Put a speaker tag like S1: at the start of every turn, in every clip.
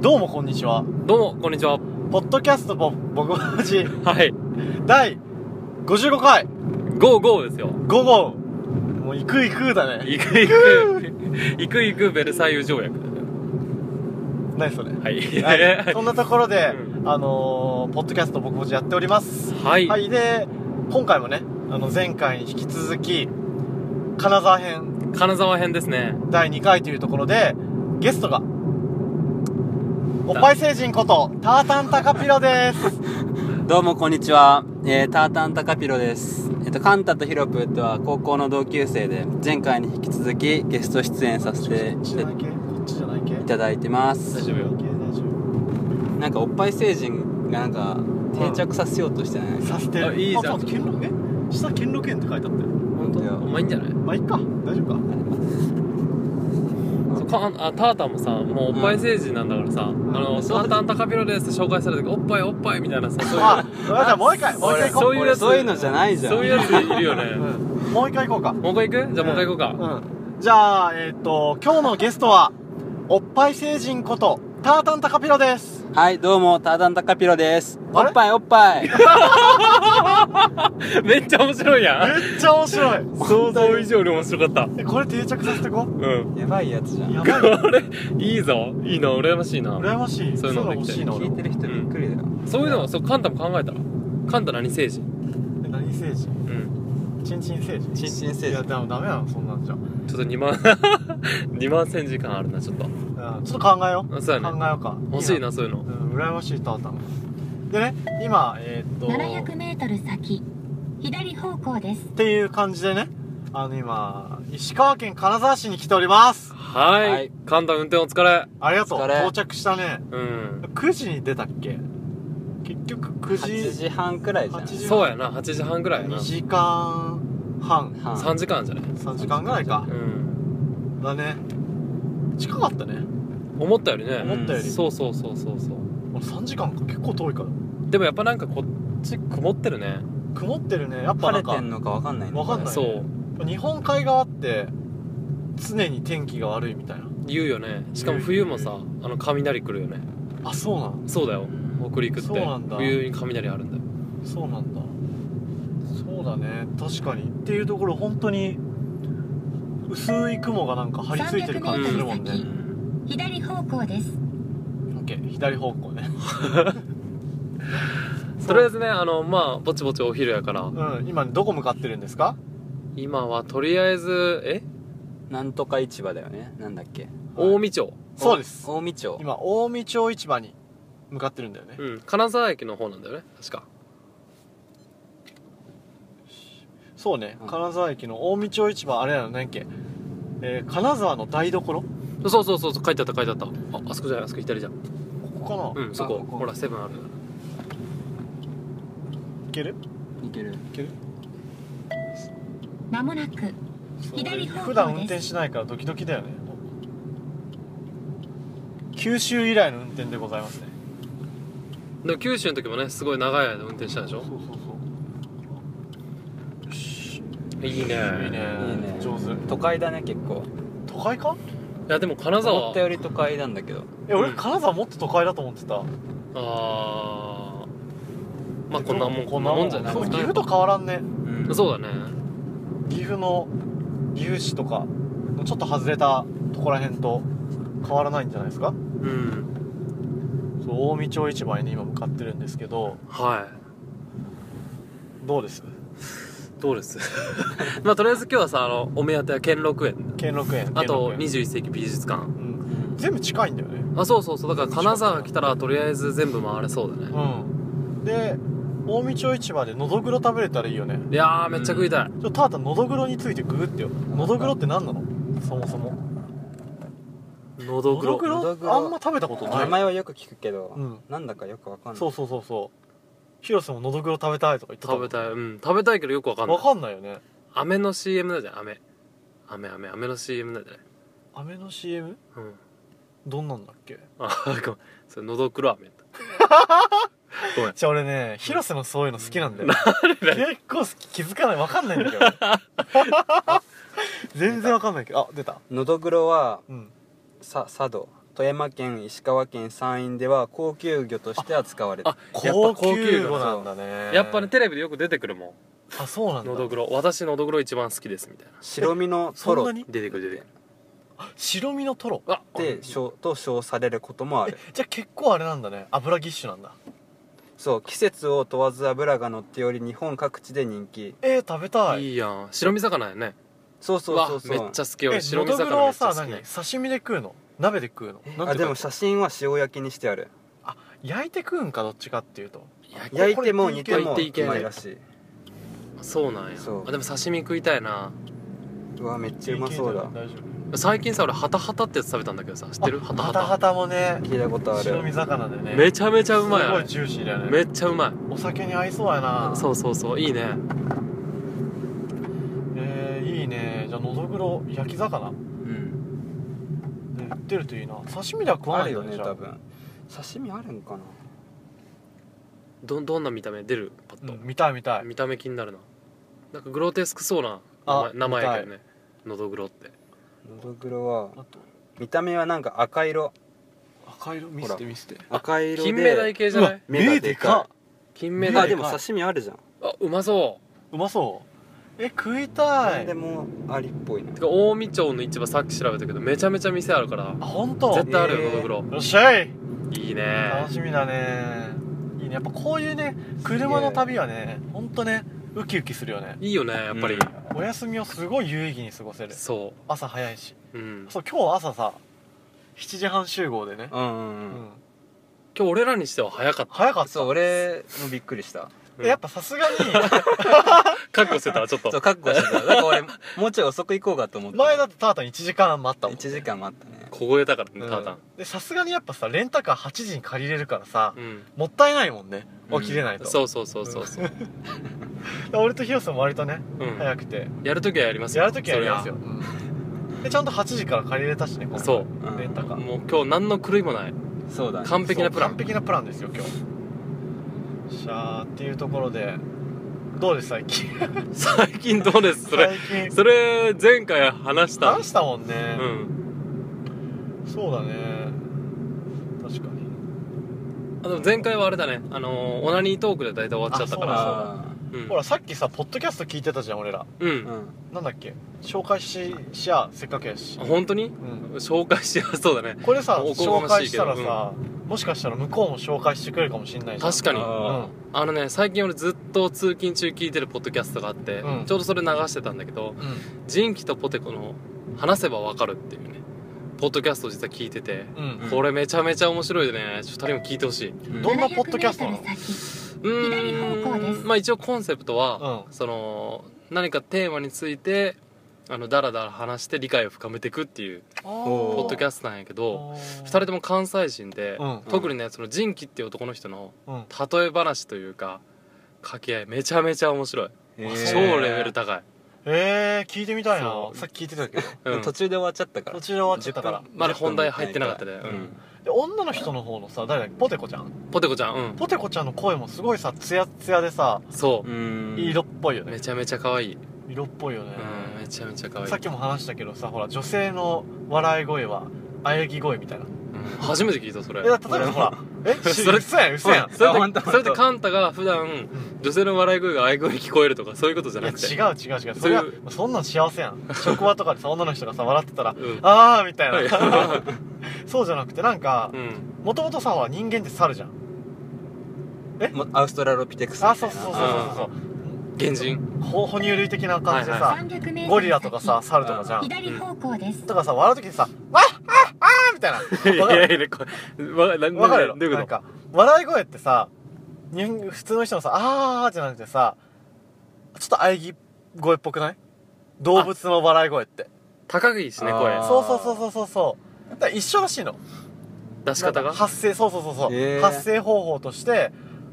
S1: どうもこんにちは。
S2: どうも、こんにちは。
S1: ポッドキャストぼ、ぼくぼじ、
S2: はい。
S1: 第55回、
S2: ゴーゴーですよ。
S1: 午後。もう行く行くだね。
S2: 行く行く、行く行くベルサイユ条約。
S1: 何それ。
S2: はい。
S1: はい、そんなところで、
S2: う
S1: あのー、ポッドキャストぼくぼじやっております。
S2: はい。
S1: はい、で、今回もね、あの、前回に引き続き、金沢編
S2: 金沢編ですね。
S1: 第2回というところで、ゲストが、おっぱい星人こと、タータンタカピロです。
S3: どうもこんにちは、えータータンタカピロです、えっとカンタとヒロプーとは高校の同級生で前回に引き続きゲスト出演させて
S1: こっちじゃない系こっちじゃない系
S3: いただいてま
S1: 大
S3: す
S1: 丈夫よ。大丈夫。
S3: なんかおっぱい星人がなんか定着させようとしてない、
S1: させて
S2: あいいじゃん
S1: あそう兼六園下兼六園って書いてあったよ
S2: 本当
S3: いや
S2: うまいんじゃない
S1: まあいっか大丈夫か
S2: そうかあタータンもさ、もうおっぱい政治なんだからさ、あの、
S3: そう
S2: タータンタカピロですって紹介された時、おっぱいおっぱいみたいなさ、そういう
S1: あじゃあもう一回もう一回行こ
S2: そうういう
S3: 俺
S2: やつ
S3: そういうのじゃないじゃん
S2: そういうやついるよね。
S1: うんもう一回行こうか
S2: もう一回行くじゃあもう一回行こうか。
S1: うんじゃあえっと今日のゲストはおっぱい星人ことタータンタカピロです
S3: はいどうもタータンタカピロですお
S1: あれ
S3: っぱいおっぱい
S2: めっちゃ面白いやん。
S1: めっちゃ面白い
S2: 想像以上に面白かった。
S1: えこれ定着させてこ
S2: うん。
S3: やばいやつじゃ
S1: うんやば い
S2: これ、いいぞ。いいな、羨ましいな。
S1: 羨ましい
S2: そういうの
S1: が
S2: で
S1: 欲
S2: きて
S1: しいな俺
S3: 聞い
S1: も
S3: てる人びっくりだよ、
S2: そういうの、そう、カンタも考えたら。カンタ何政治
S1: え何星人
S2: うん。
S1: チンチン星人
S3: チンチン星人
S1: いやでもダメなのそんなんじゃうん
S2: ちょっと2万 2万千時間あるなちょっと
S1: ちょっと考えよう
S2: あそうや
S1: 考え
S2: ね
S1: ようか
S2: 欲しいなそういうの
S1: うん羨ましいタータンでね今えっと
S4: 700メートル先左方向です
S1: っていう感じでねあの今石川県金沢市に来ております
S2: はい、
S3: はい
S2: 簡単運転お疲れ
S1: ありがとう
S3: お疲れ
S1: 到着したね
S2: うん
S1: 9時に出たっけ結局
S3: 8
S1: 9時
S3: 時半くらいじゃん
S1: 8時
S2: そうやな8時半ぐらいやな
S1: 2時間半
S3: 半
S2: 3時間じゃない
S1: 3時間ぐらいか
S2: うん
S1: だね近かったね
S2: 思ったよりね
S1: 思ったより
S2: そうそうそうそうそう
S1: 俺3時間か結構遠いから
S2: でもやっぱなんかこっち曇ってるね
S1: 曇ってるねやっぱな
S3: 晴れ
S1: ん
S3: て
S1: か
S3: んのかわかんないね
S1: わかんない
S2: そう
S1: 日本海側って常に天気が悪いみたいな
S2: 言うよねしかも冬もさあの雷来るよね
S1: あそうなん
S2: そうだよ北陸って
S1: そうなんだ
S2: 冬に雷あるんだよ
S1: そうなんだそうだね確かにっていうところ本当に薄い雲がなんか張り付いてる感じするもんね
S4: 300メートル先左方向です
S1: オッケー左方向ね
S2: とりあえずねあのまあぼちぼちお昼やから
S1: うん今どこ向かってるんですか
S2: 今はとりあえずえ
S3: なんとか市場だよねなんだっけ
S2: 近江町
S1: そうです
S3: 近江町
S1: 今近江町市場に向かってるんだよね
S2: うん金沢駅の方なんだよね確か
S1: そうね
S3: うん
S1: 金沢駅の近江町市場あれなの何っけえー、金沢の台所こ
S2: そうそうそうそう書いてあった書いてあったああそこじゃないあそこ左じゃん
S1: こかな、
S2: うんそこ
S3: あここ
S2: ほらセブンある
S1: いける
S3: いける
S1: いける
S4: まもなく左方向です
S1: 普段運転しないからドキドキだよね九州以来の運転でございますね
S2: でも九州の時もねすごい長い間運転したでしょ
S1: そうそうそう
S2: い
S1: いい
S2: いね
S1: ね
S3: いいね
S1: 上手
S3: 都会だね結構
S1: 都会か
S2: いやでも金
S3: 思
S2: 沢
S3: ったより都会なんだけど
S1: え俺
S2: うん
S1: 金沢もっと都会だと思ってた
S2: あーまあこんなもん
S1: こんなもん
S2: じゃない
S1: そう
S2: です
S1: 岐
S2: か
S1: 阜と変わらんね
S3: うん
S2: そうだね
S1: 岐阜の岐阜市とかのちょっと外れたとこら辺と変わらないんじゃないですか
S2: うん
S1: そう近江町市場にね今向かってるんですけど
S2: はい
S1: どうです
S2: どうです まあとりあえず今日はさあのお目当ては兼六園
S1: 兼六園
S2: あと
S1: 兼六園
S2: 21世紀美術館
S1: うん全部近いんだよね
S2: あそうそうそうだから金沢来たらとりあえず全部回れそうだね
S1: うんで近江町市場でのどぐろ食べれたらいいよね
S2: いやーめっちゃ食いたい
S1: ちょっとただのどぐろについてググってよのどぐろって何なのそもそも
S2: のど
S1: の
S2: ぐ
S1: ど
S2: ろ
S1: ぐろ
S3: のどぐろ
S1: あんま食べたことない
S3: 名前はよく聞くけど、
S1: うん
S3: なんだかよくわかんない
S1: そうそうそうそう広瀬ものどぐろ食べたいとか言ってた
S2: 食べたいうん食べたいけどよくわかんない
S1: わかんないよね
S2: 飴の CM なんじゃない飴飴飴飴の CM なんじゃない
S1: 飴の CM
S2: うん
S1: どんなんだっけ
S2: あごめんそれのどくろ飴ごめん
S1: じゃあ俺ね広瀬のそういうの好き なんだよ結構好き気づかないわかんないんだけど全然わかんないけどあ出た
S3: のどぐろは
S1: うん
S3: さ佐渡富山県石川県山陰では高級魚として扱われる
S2: あやっぱ
S1: 高級
S2: 高級
S1: 魚
S2: 魚
S1: なんだね
S2: やっぱねテレビでよく出てくるも
S1: あそうなんんだ
S2: のどぐろ私のどぐろ一番好きですみたいな
S3: 白身の
S1: そ
S3: ト
S1: ん
S3: ロ
S1: な
S3: っ
S1: に
S2: 出てくる出てく
S1: 白身のトロ
S2: るあ
S3: て称と称されることもある
S1: じゃあ結構あれなんだね油ぎっしゅなんだ
S3: そう季節を問わず脂が乗っており日本各地で人気
S1: えー、食べたい
S2: いいやん白身魚やね
S3: そうそうそうそう
S2: わめっちゃ好き
S1: え
S2: よ白身
S1: のどぐろ
S2: 魚め
S1: は
S2: っちゃ
S1: さ
S2: 好き
S1: 何
S2: ね
S1: 刺身で食うの鍋で食うのなん
S3: あ
S1: て
S3: で
S1: いう
S3: も
S1: か
S3: 写真は塩焼きにしてある
S1: 焼いて食うんかどっちかっていうと
S2: いや
S3: 焼いても煮ても
S2: これいけ
S3: う
S2: る
S3: まいらしい
S2: そうなんや
S3: そう
S2: あでも刺身食いたいな
S3: うわめっちゃうまそうだ
S1: 大丈
S2: 最近さ俺ハタハタってやつ食べたんだけどさ知ってるハ
S1: 夫
S2: タ
S1: ハ
S2: ハ
S1: タ
S2: タ
S1: ハタもね
S3: 聞いたことあ
S1: 白
S3: る
S1: 身魚でね
S2: め
S1: ち
S2: ちゃめちゃうまい
S1: す
S2: あ
S1: ご
S2: れ
S1: いジューシーだよね
S2: めっちゃうまい
S1: お酒に合いそうやな
S2: そうそうそういいね
S1: えー、いいねじゃあのどぐろ焼き魚ね
S3: うん
S1: 売ってるといいな刺身では食わ
S3: あ
S1: な
S3: る
S1: いん
S3: よ
S1: だね
S3: ね
S1: じゃあ
S3: 多分刺身あるんかな
S2: どどんな見た目出るパッと、
S1: うん見たい見たい
S2: 見た目気になるななんかグロテスクそうな
S1: あ
S2: 名前名前やけどねのどぐろって
S3: のどぐろは
S1: あと
S3: 見た目はなんか赤色
S1: 赤色見
S3: ほら
S1: せて見せて
S3: 赤色で
S2: 金目鯛系じゃな
S1: うわ
S2: い
S3: 目が
S1: 目
S3: で
S1: で
S3: か
S1: か
S2: 金目
S3: あ
S2: 鯛
S3: でも刺身あるじゃん
S2: あうまそう
S1: うまそうえ食いた
S3: 何
S1: い
S3: でもありっぽいな
S2: てか近江町の市場さっき調べたけどめちゃめちゃ店あるから
S1: あ本当
S2: 絶対あるよ
S3: えー
S2: のどぐろ
S1: よっしゃい
S2: いい
S1: 楽
S2: ね
S1: しみだねいいねやっぱこういうね車の旅はねほんとねウキウキするよね
S2: いいよねやっぱり、
S3: う
S1: お休みをすごい有意義に過ごせる
S2: そ
S1: 朝早いし
S2: う、うん、今
S1: そう今日は朝さ7時半集合でね、
S3: うんう
S1: うん
S3: うん
S2: 日俺らにしては早かっ
S1: 早かった
S3: そう俺もびっくりした
S2: た
S1: えやっぱさすがに
S2: 覚悟してたちょ っ
S3: そう
S2: と
S3: 覚悟してただから俺もうちょい遅く行こうかと思って
S1: 前だってタータン1時間待ったもん
S3: 1時間待ったね
S2: 凍えたからね
S1: うん
S2: タータン
S1: でさすがにやっぱさレンタカー8時に借りれるからさ、
S2: うん、
S1: もったいないもんね
S3: うん
S1: 起きれないと、
S2: そうそうそうそうそう、
S1: で俺とヒロさん割とね
S2: うん、
S1: 早くて
S2: やるときはやりますよ
S1: やるときはやりますよ、うんでちゃんと8時から借りれたしね今回
S2: そう
S1: レンタ
S2: そ
S1: カ
S2: りゃ
S1: ー
S2: もう今日何の狂いもない
S3: そうだね
S2: 完璧なプラン
S1: そう完璧なプランですよ今日しゃーっていうところでどうです最近
S2: 最近どうですそれ
S1: 最近
S2: それ前回話した
S1: 話したもんね、
S2: うん
S1: そうだね確かに
S2: あでも前回はあれだねあのーオナニートークで大体終わっちゃったから
S3: あ
S2: うん
S1: ほらさっきさポッドキャスト聞いてたじゃん俺ら
S2: う
S3: ー
S2: ん、
S3: うん
S1: なんだっけ紹介ししやせっかくやし
S2: あ、本当に
S1: うん、
S2: 紹介しやすそうだね
S1: これさ
S2: おこ
S1: 紹
S2: がまし
S1: 介
S2: い
S1: し
S2: けど
S1: たらさ、もしかしたら向こうも紹介してくれるかもしんないじゃん
S2: 確かに
S1: う
S3: あ
S2: あのね最近俺ずっと通勤中聞いてるポッドキャストがあって、
S1: うん
S2: ちょうどそれ流してたんだけど
S1: ん、うん
S2: ジンキとポテコの「話せばわかる」っていうねポッドキャストを実は聞いてて、
S1: うん
S2: これめちゃめちゃ面白いでねちょっと2人も聞いてほしいう
S3: うん
S1: どんなポッドキャストなの
S4: 700メー
S2: う
S4: トル先左方向です
S2: ーんまあ一応コンセプトは、
S1: うん
S2: その何かテーマについてあのダラダラ話して理解を深めていくっていう
S3: お
S2: ポッドキ
S1: ャス
S2: ャストなんやけど2人とも関西人で、
S1: うん
S2: 特にねそのジンキっていう男の人の
S1: うん
S2: 例え話というか掛け合いめちゃめちゃ面白い、
S3: へー
S2: 超レベル高い
S1: えー、聞いてみたいな
S2: そう
S1: さっき聞いてたけど
S2: うん
S3: 途中で終わっちゃったから
S1: 途中で終わっちゃったから
S2: まだ本題入ってなかったねうん
S1: で女の人の方のさ誰だっけポテコちゃん
S2: ポテコちゃんうん
S1: ポテコちゃんの声もすごいさツヤツヤでさ
S2: そ
S3: うん
S1: いい色っぽいよ
S2: う
S1: ね
S2: めちゃめちゃ可愛い
S1: 色っぽいよね
S2: うんめちゃめちゃ可愛い
S1: さっきも話したけどさほら女性の笑い声はあやぎ声みたいな
S2: うん初めて聞いたそれ
S1: えだ例えばほ らえっ
S2: それ
S1: 嘘やん嘘やん
S2: それ
S3: あ
S2: っ
S3: 本
S2: て
S3: 当
S2: それってカンタが普段女性の笑い声が愛声に聞こえるとかそういうことじゃ
S1: いや
S2: なくてう
S1: 違う違う違うそれは
S2: そういう
S1: そんなん幸せや ん職場とかでさ女の人がさ笑ってたら
S2: うん
S1: ああみたい な
S2: は
S1: そうじゃなくてなんか
S2: うん
S1: もともとさほら人間って猿じゃん
S3: もうアウストラロピテクスみたいな
S1: あそうそうそうそうそう
S2: 原人
S1: ほ哺乳類的な感じでさ
S4: 300メートル先
S1: ゴリラとかさ猿とかじゃん
S4: 左方向です
S1: とかさ笑う時にさ「わっあっあーみたい
S2: い
S1: なわか
S2: や
S1: る
S2: いやこれわな
S1: わかるやろ
S2: どういう
S1: なん
S2: こと
S1: か笑い声ってさ人普通の人のさ「あー」じゃなくてさちょっと喘ぎ声っぽくない動物の笑い声って
S2: 高岸ね
S3: あ
S2: 声
S3: ー
S1: そうそうそうそうそうそうだから一緒らしいの
S2: 出し方
S1: なん
S2: が
S1: か発声そうそうそうそう、
S3: へー
S1: 発声方法として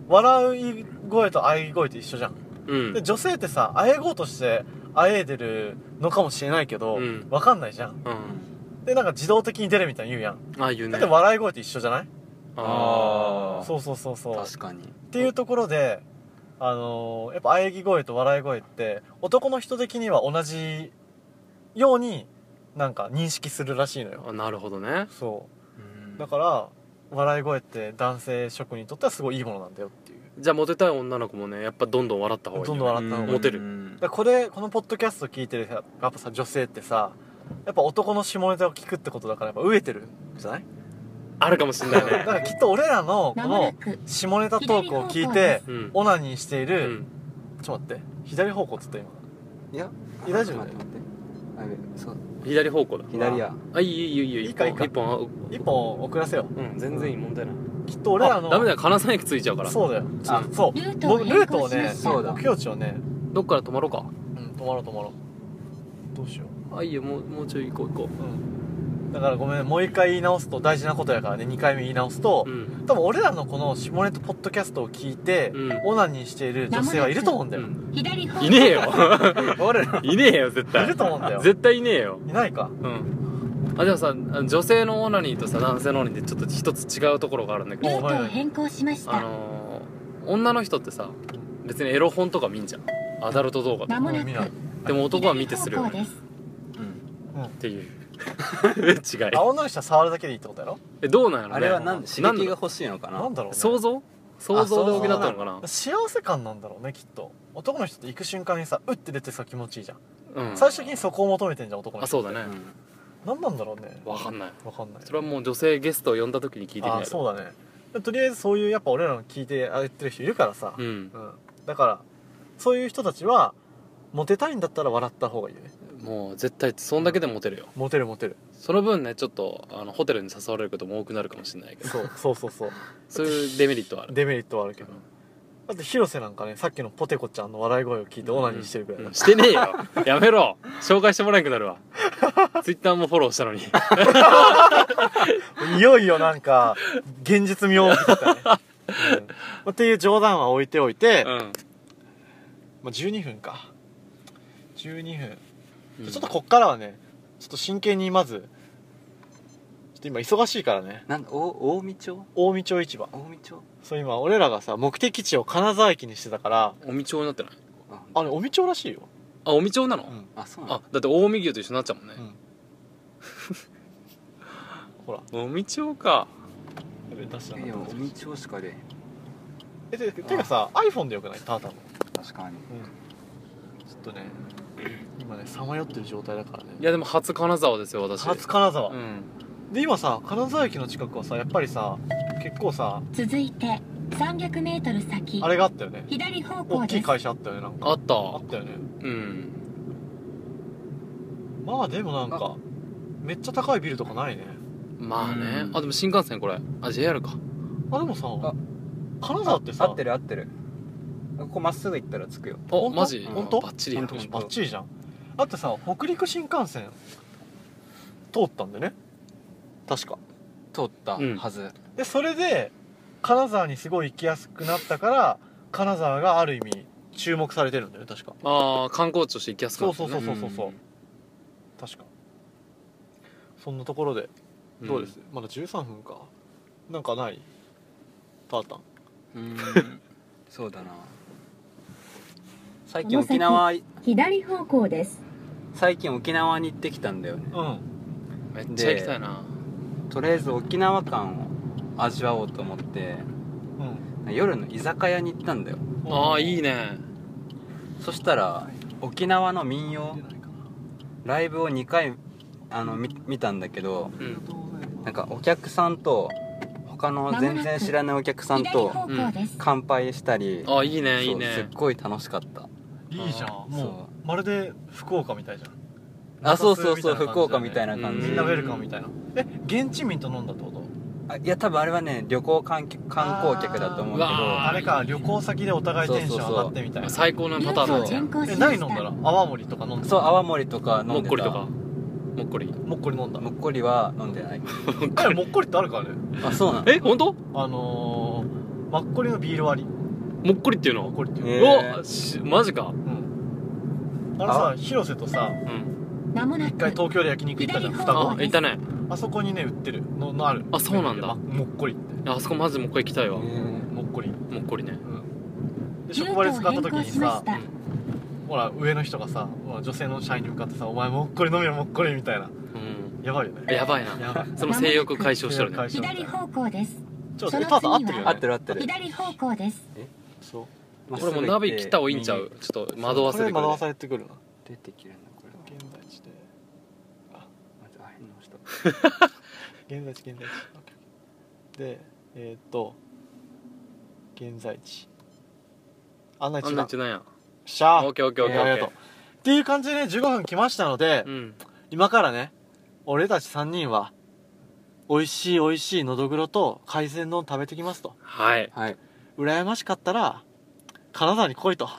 S1: 笑い声と喘ぎ声って一緒じゃん
S2: うん
S1: で女性ってさ喘ごうとして喘いでるのかもしれないけど、
S2: うん
S1: わかんないじゃん
S2: うん
S1: でなんか自動的に出るみたいに言うやん
S2: ああいう
S1: だ
S2: ね
S1: って笑い声って一緒じゃない、
S2: あ
S3: あ
S1: そうそうそうそう
S3: 確かに
S1: っていうところであのーやっぱ喘ぎ声と笑い声って男の人的には同じようになんか認識するらしいの
S2: ー
S1: よ
S2: あなるほどね
S1: そだから笑い声って男性職にとってはすごいいいものなんだよっていう
S2: じゃあモテたい女の子もねやっぱどんどん笑った方がいいよ
S1: どんどん笑った方がいい
S2: モテる
S1: だからこれこのポッドキャスト聞いてるさやっぱさ女性ってさやっぱ男の下ネタを聞くってことだからやっぱ飢えてるんじゃない
S2: あるかもしんな
S1: だ
S2: い
S1: か
S2: ね
S1: らきっと俺らの
S4: ま
S1: こ
S4: もな
S1: の
S4: く
S1: 下ネタトークを聞いて
S2: うん
S1: オナニーしていうる、
S2: ん
S1: ちょっと待って左方向っつった今
S3: いや
S1: いや大丈夫
S3: 待って待ってあやべそう
S2: 左方向だ
S3: 左や
S2: あいいよいいよいいよ
S1: いい
S2: 一
S1: か
S2: 本
S1: いいか
S2: 一本
S1: 一本遅らせよ
S2: あうん全然いい問題ない
S1: きっと俺ら
S2: あ
S1: の
S2: ダメだよ金沢駅着いちゃうから
S1: そうだよ
S3: あ
S1: そう
S4: ルートを
S1: 僕ル
S4: 変
S1: ート
S4: 更
S1: を
S4: しま
S1: ね
S4: した
S3: そうだ
S1: 目標値をね
S2: どっから泊まろうか
S1: うん止まろう止まろうどうしよ
S2: あいいよもうもうちょい行こう行こ
S1: ううんだからごめんもう一回言い直すと大事なことやからね2回目言い直すと
S2: ううん
S1: 多分俺らのこの下ネタポッドキャストを聞いて、
S2: うん
S1: オナニーしている女性はいると思うんだ
S2: う
S1: よ、
S2: ん
S4: 左方向
S2: いねえよ
S1: 俺ら
S2: いねえよ絶
S1: い
S2: 対
S1: ると思うんだよ
S2: 絶対いねえよ
S1: いないか
S2: うんあじゃあさ女性のオナニーとさ男性のオナニーってちょっと一つ違うところがあるんだけ
S4: ル
S2: ど
S1: お
S4: ートを変更しまし
S2: あ
S4: た
S2: のー女の人ってさ別にエロ本とか見んじゃんアダルト動画と
S4: ま
S2: か
S4: もな
S1: うん
S4: く
S1: 見ない
S2: でも男は見てするよ
S4: 左方向
S2: ね
S4: で
S2: っ
S4: す
S2: ていう 違い
S1: 青のりした触るだけでいいってことやろ
S2: えどうなんやろね
S3: あれはなんで刺
S2: なん
S3: 激が
S2: だろ
S3: 欲しいのかな
S1: なんだろう、
S2: う
S1: ね、
S2: 想像想像で補ったのかな
S1: 幸せ感なんだろうねきっと男の人って行く瞬間にさうって出てさ気持ちいいじゃん、
S2: うん
S1: 最終的にそこを求めてんじゃん男の
S2: あ
S1: 人
S2: そ
S1: って
S2: うだね
S1: 何なんだろうね
S2: わかんない
S1: わかんない
S2: それはもう女性ゲストを呼んだ時に聞いてみ
S1: あ
S2: ない
S1: あそうだねでとりあえずそういうやっぱ俺らの聞いてあげてる人いるからさ、
S2: うん
S1: うんだからそういう人たちはモテたいんだったら笑った方がいいよね
S2: もう絶対そんだけでモテるよ
S1: モテるモテる
S2: その分ねちょっとあのホテルに誘われることも多くなるかもしれないけど
S1: そうそうそうそう
S2: そういうデメリットはある
S1: デメリットはあるけど、
S2: うん
S1: だって広瀬なんかねさっきのポテコちゃんの笑い声を聞いてオナニーしてるぐらいだ
S2: う
S1: か
S2: んしてねえよやめろ紹介してもらえなくなるわツイッターもフォローしたのに
S1: ら、いよいよなんか現実味を帯びてきたね、 うんまあっていう冗談は置いておいて、
S2: う
S1: ま
S2: ん
S1: あ、12分か12分
S2: うん
S1: ちょっとこっからはねちょっと真剣にまずちょっと今忙しいからね
S3: なんだお近江町
S1: 近江町市場
S3: 近江町
S1: そう今俺らがさ目的地を金沢駅にしてたから
S2: 尾身町になってない
S1: あれ尾身町らしいよ、
S2: あ尾身町なの、
S1: うん、
S3: あそうな
S2: あ
S3: の
S2: だって近江牛と一緒になっちゃうもんね、
S1: ほら
S2: 尾身町か
S1: やべ出した
S3: い
S1: な
S3: や
S1: かった
S3: 近江町しか出へん
S1: えててかさ iPhone でよくないタータンの
S3: 確かに
S1: ちょっとね今ねさまよってる状態だからね
S2: いやでも初金沢ですよ私
S1: 初金沢、
S2: うん
S1: で今さ金沢駅の近くはさやっぱりさ結構さ
S4: 続いて300メートル先
S1: あれがあったよね
S4: 左方向
S1: 大き
S4: で
S1: い
S4: す
S1: 会社あったよねなんか
S2: あった
S1: あったよね
S2: うん
S1: まあでもなんかめっちゃ高いビルとかないね
S2: まあね、
S3: うん
S2: あでも新幹線これあ JR か
S1: あでもさ
S3: あ
S1: 金沢ってさ
S3: 合ってる合ってるここまっすぐ行ったら着くよ
S2: あ
S1: 本当
S2: マジ
S1: 本当
S2: バッチリや
S3: 本
S2: ん
S3: 当に
S1: バッチリじゃんだってさ北陸新幹線通ったんだよね確か
S3: 通った
S2: うん
S3: はず
S1: でそれで金沢にすごい行きやすくなったから金沢がある意味注目されてるんだよね確か
S2: ああ観光地として行きやすくなった、ね、
S1: そうそうそうそう確かそんなところで
S2: うん
S1: どうです、まだ13分かなんかないタータン
S3: うんそうだな最近沖縄
S4: 左方向です
S3: 最近沖縄に行ってきたんだよね
S1: うん
S2: めっちゃ行きたいな
S3: とりあえず沖縄感を味わおうと思って
S1: うん
S3: 夜の居酒屋に行ったんだよ
S2: ああい
S1: ね
S2: いね
S3: そしたら沖縄の民謡ライブを2回あの見見たんだけど
S2: うん
S3: なんかお客さんと他の全然知らないお客さん
S4: 左
S3: と
S4: 方向です、
S3: 乾杯したり
S2: ああいいねいい
S3: そうすっ
S2: ね
S3: ごい楽しかった
S1: いいじゃん
S2: あ
S3: ー
S1: もうまるで福岡みたいじゃん
S3: あそうそうそう
S1: 中洲みたいな感じだね
S3: 福岡み
S1: み
S3: たいな感じ
S2: うん
S1: なウェルカムみたいなえ現地民と飲んだってこと
S3: あいや多分あれはね旅行観客観光客だと思うけ
S2: うわ
S3: ど
S1: あれか旅行先でお互いテンション上がってみたいな
S2: 最高な
S4: ル
S2: パ
S4: ー
S2: タ
S4: ト
S2: ーン
S4: を
S2: だね
S4: 変更し
S1: え
S4: ま
S1: 何
S4: し
S1: 飲んだら
S4: た
S1: 泡盛とか飲んだ
S3: そう泡盛とか飲
S2: も
S3: ん
S2: っ
S3: で
S2: こり
S3: た
S2: とかもっこり
S1: もっこり飲んだ
S3: もっこりは飲んで ない
S1: あれもっこりってあるからね
S3: あそうなの
S2: え本当
S1: あのー、マッコリのビール割り
S2: もっこりっていう
S1: マッ
S2: の
S1: コリっていう、
S3: え
S2: う
S3: ー
S2: わしマジか
S1: うんあのさ広瀬とさ
S2: うん
S4: まもな
S1: 一回
S4: く
S1: 東京で焼肉行ったじゃん双
S4: 左
S1: 子
S2: あ
S4: 方
S2: いたね
S1: あそこにね売ってるののある
S2: あそうなんだ
S1: まもっこりって
S2: あそこマジもっこり行きたいわも
S3: うん
S1: もっこり
S2: っこりね
S1: で
S4: ルー
S1: 職
S4: ト
S1: 場で
S4: を
S1: 使った
S4: 変
S1: 時
S4: 更
S1: に
S4: しまし
S1: さ
S4: た
S1: ほら上の人がさほら女性の社員に向かってさ「お前もっこり飲めよもっこり」みたいな
S2: うん
S1: やばいよね
S2: やばいな
S1: やばい
S2: その性欲を解消 してる
S1: 性欲
S2: ね
S1: 解消
S4: 左方向です。
S1: ちょっと
S4: その
S1: ただ合ってるよね
S3: 合ってる合ってる
S4: 左方向です。
S1: そう
S3: まっすぐ
S2: 俺
S3: 行
S2: も
S3: って
S2: ナビ切った方がいいんちゃうちょっと惑わせてく
S1: これ
S2: る
S1: 惑わされてくるな
S3: 右出てきるんだこれ
S1: 現在地で
S3: まずあ変な人
S1: 現在地現在地でえーっと現在地案内
S2: あ
S1: 地
S2: ん
S1: だ
S2: な
S1: よ
S2: んちなんや
S1: っしゃ
S2: オッケーオッケーオッケー
S1: あ
S2: オ
S1: り
S2: ッ
S1: が
S2: ケ
S1: とう
S2: ー
S1: っていう感じでね15分来ましたので、
S2: うん
S1: 今からね俺たち3人は美味しい美味しいのどぐろと海鮮丼食べてきますと
S2: はい
S3: はい
S1: 羨ましかったら金沢に来い と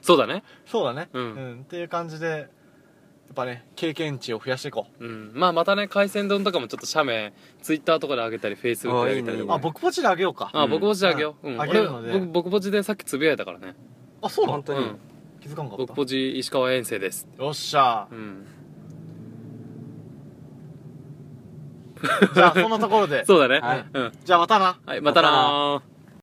S2: そうだね
S1: そうだね
S2: う、
S1: うんんっていう感じでやっぱね経験値を増やしていこう
S2: うん、まあまたね海鮮丼とかもちょっと写メツイッターとかで上げたりフェイスブックで上げたりと
S3: うん
S2: か
S1: あ僕ポチであげようか
S2: あ僕ぼちであげよう、うん
S1: あげるので
S2: 俺僕僕ぼちでさっきつぶやいたからね
S1: あそうな
S3: 本
S1: の
S3: 当
S2: う
S3: に
S2: ん
S1: 気づかんかっ
S2: 僕ぼち石川遠征です
S1: たよっしゃ
S2: うん
S1: じゃあそんなところで
S2: そうだね、
S3: はい
S2: うん
S1: じゃあまたな
S2: はいまたなー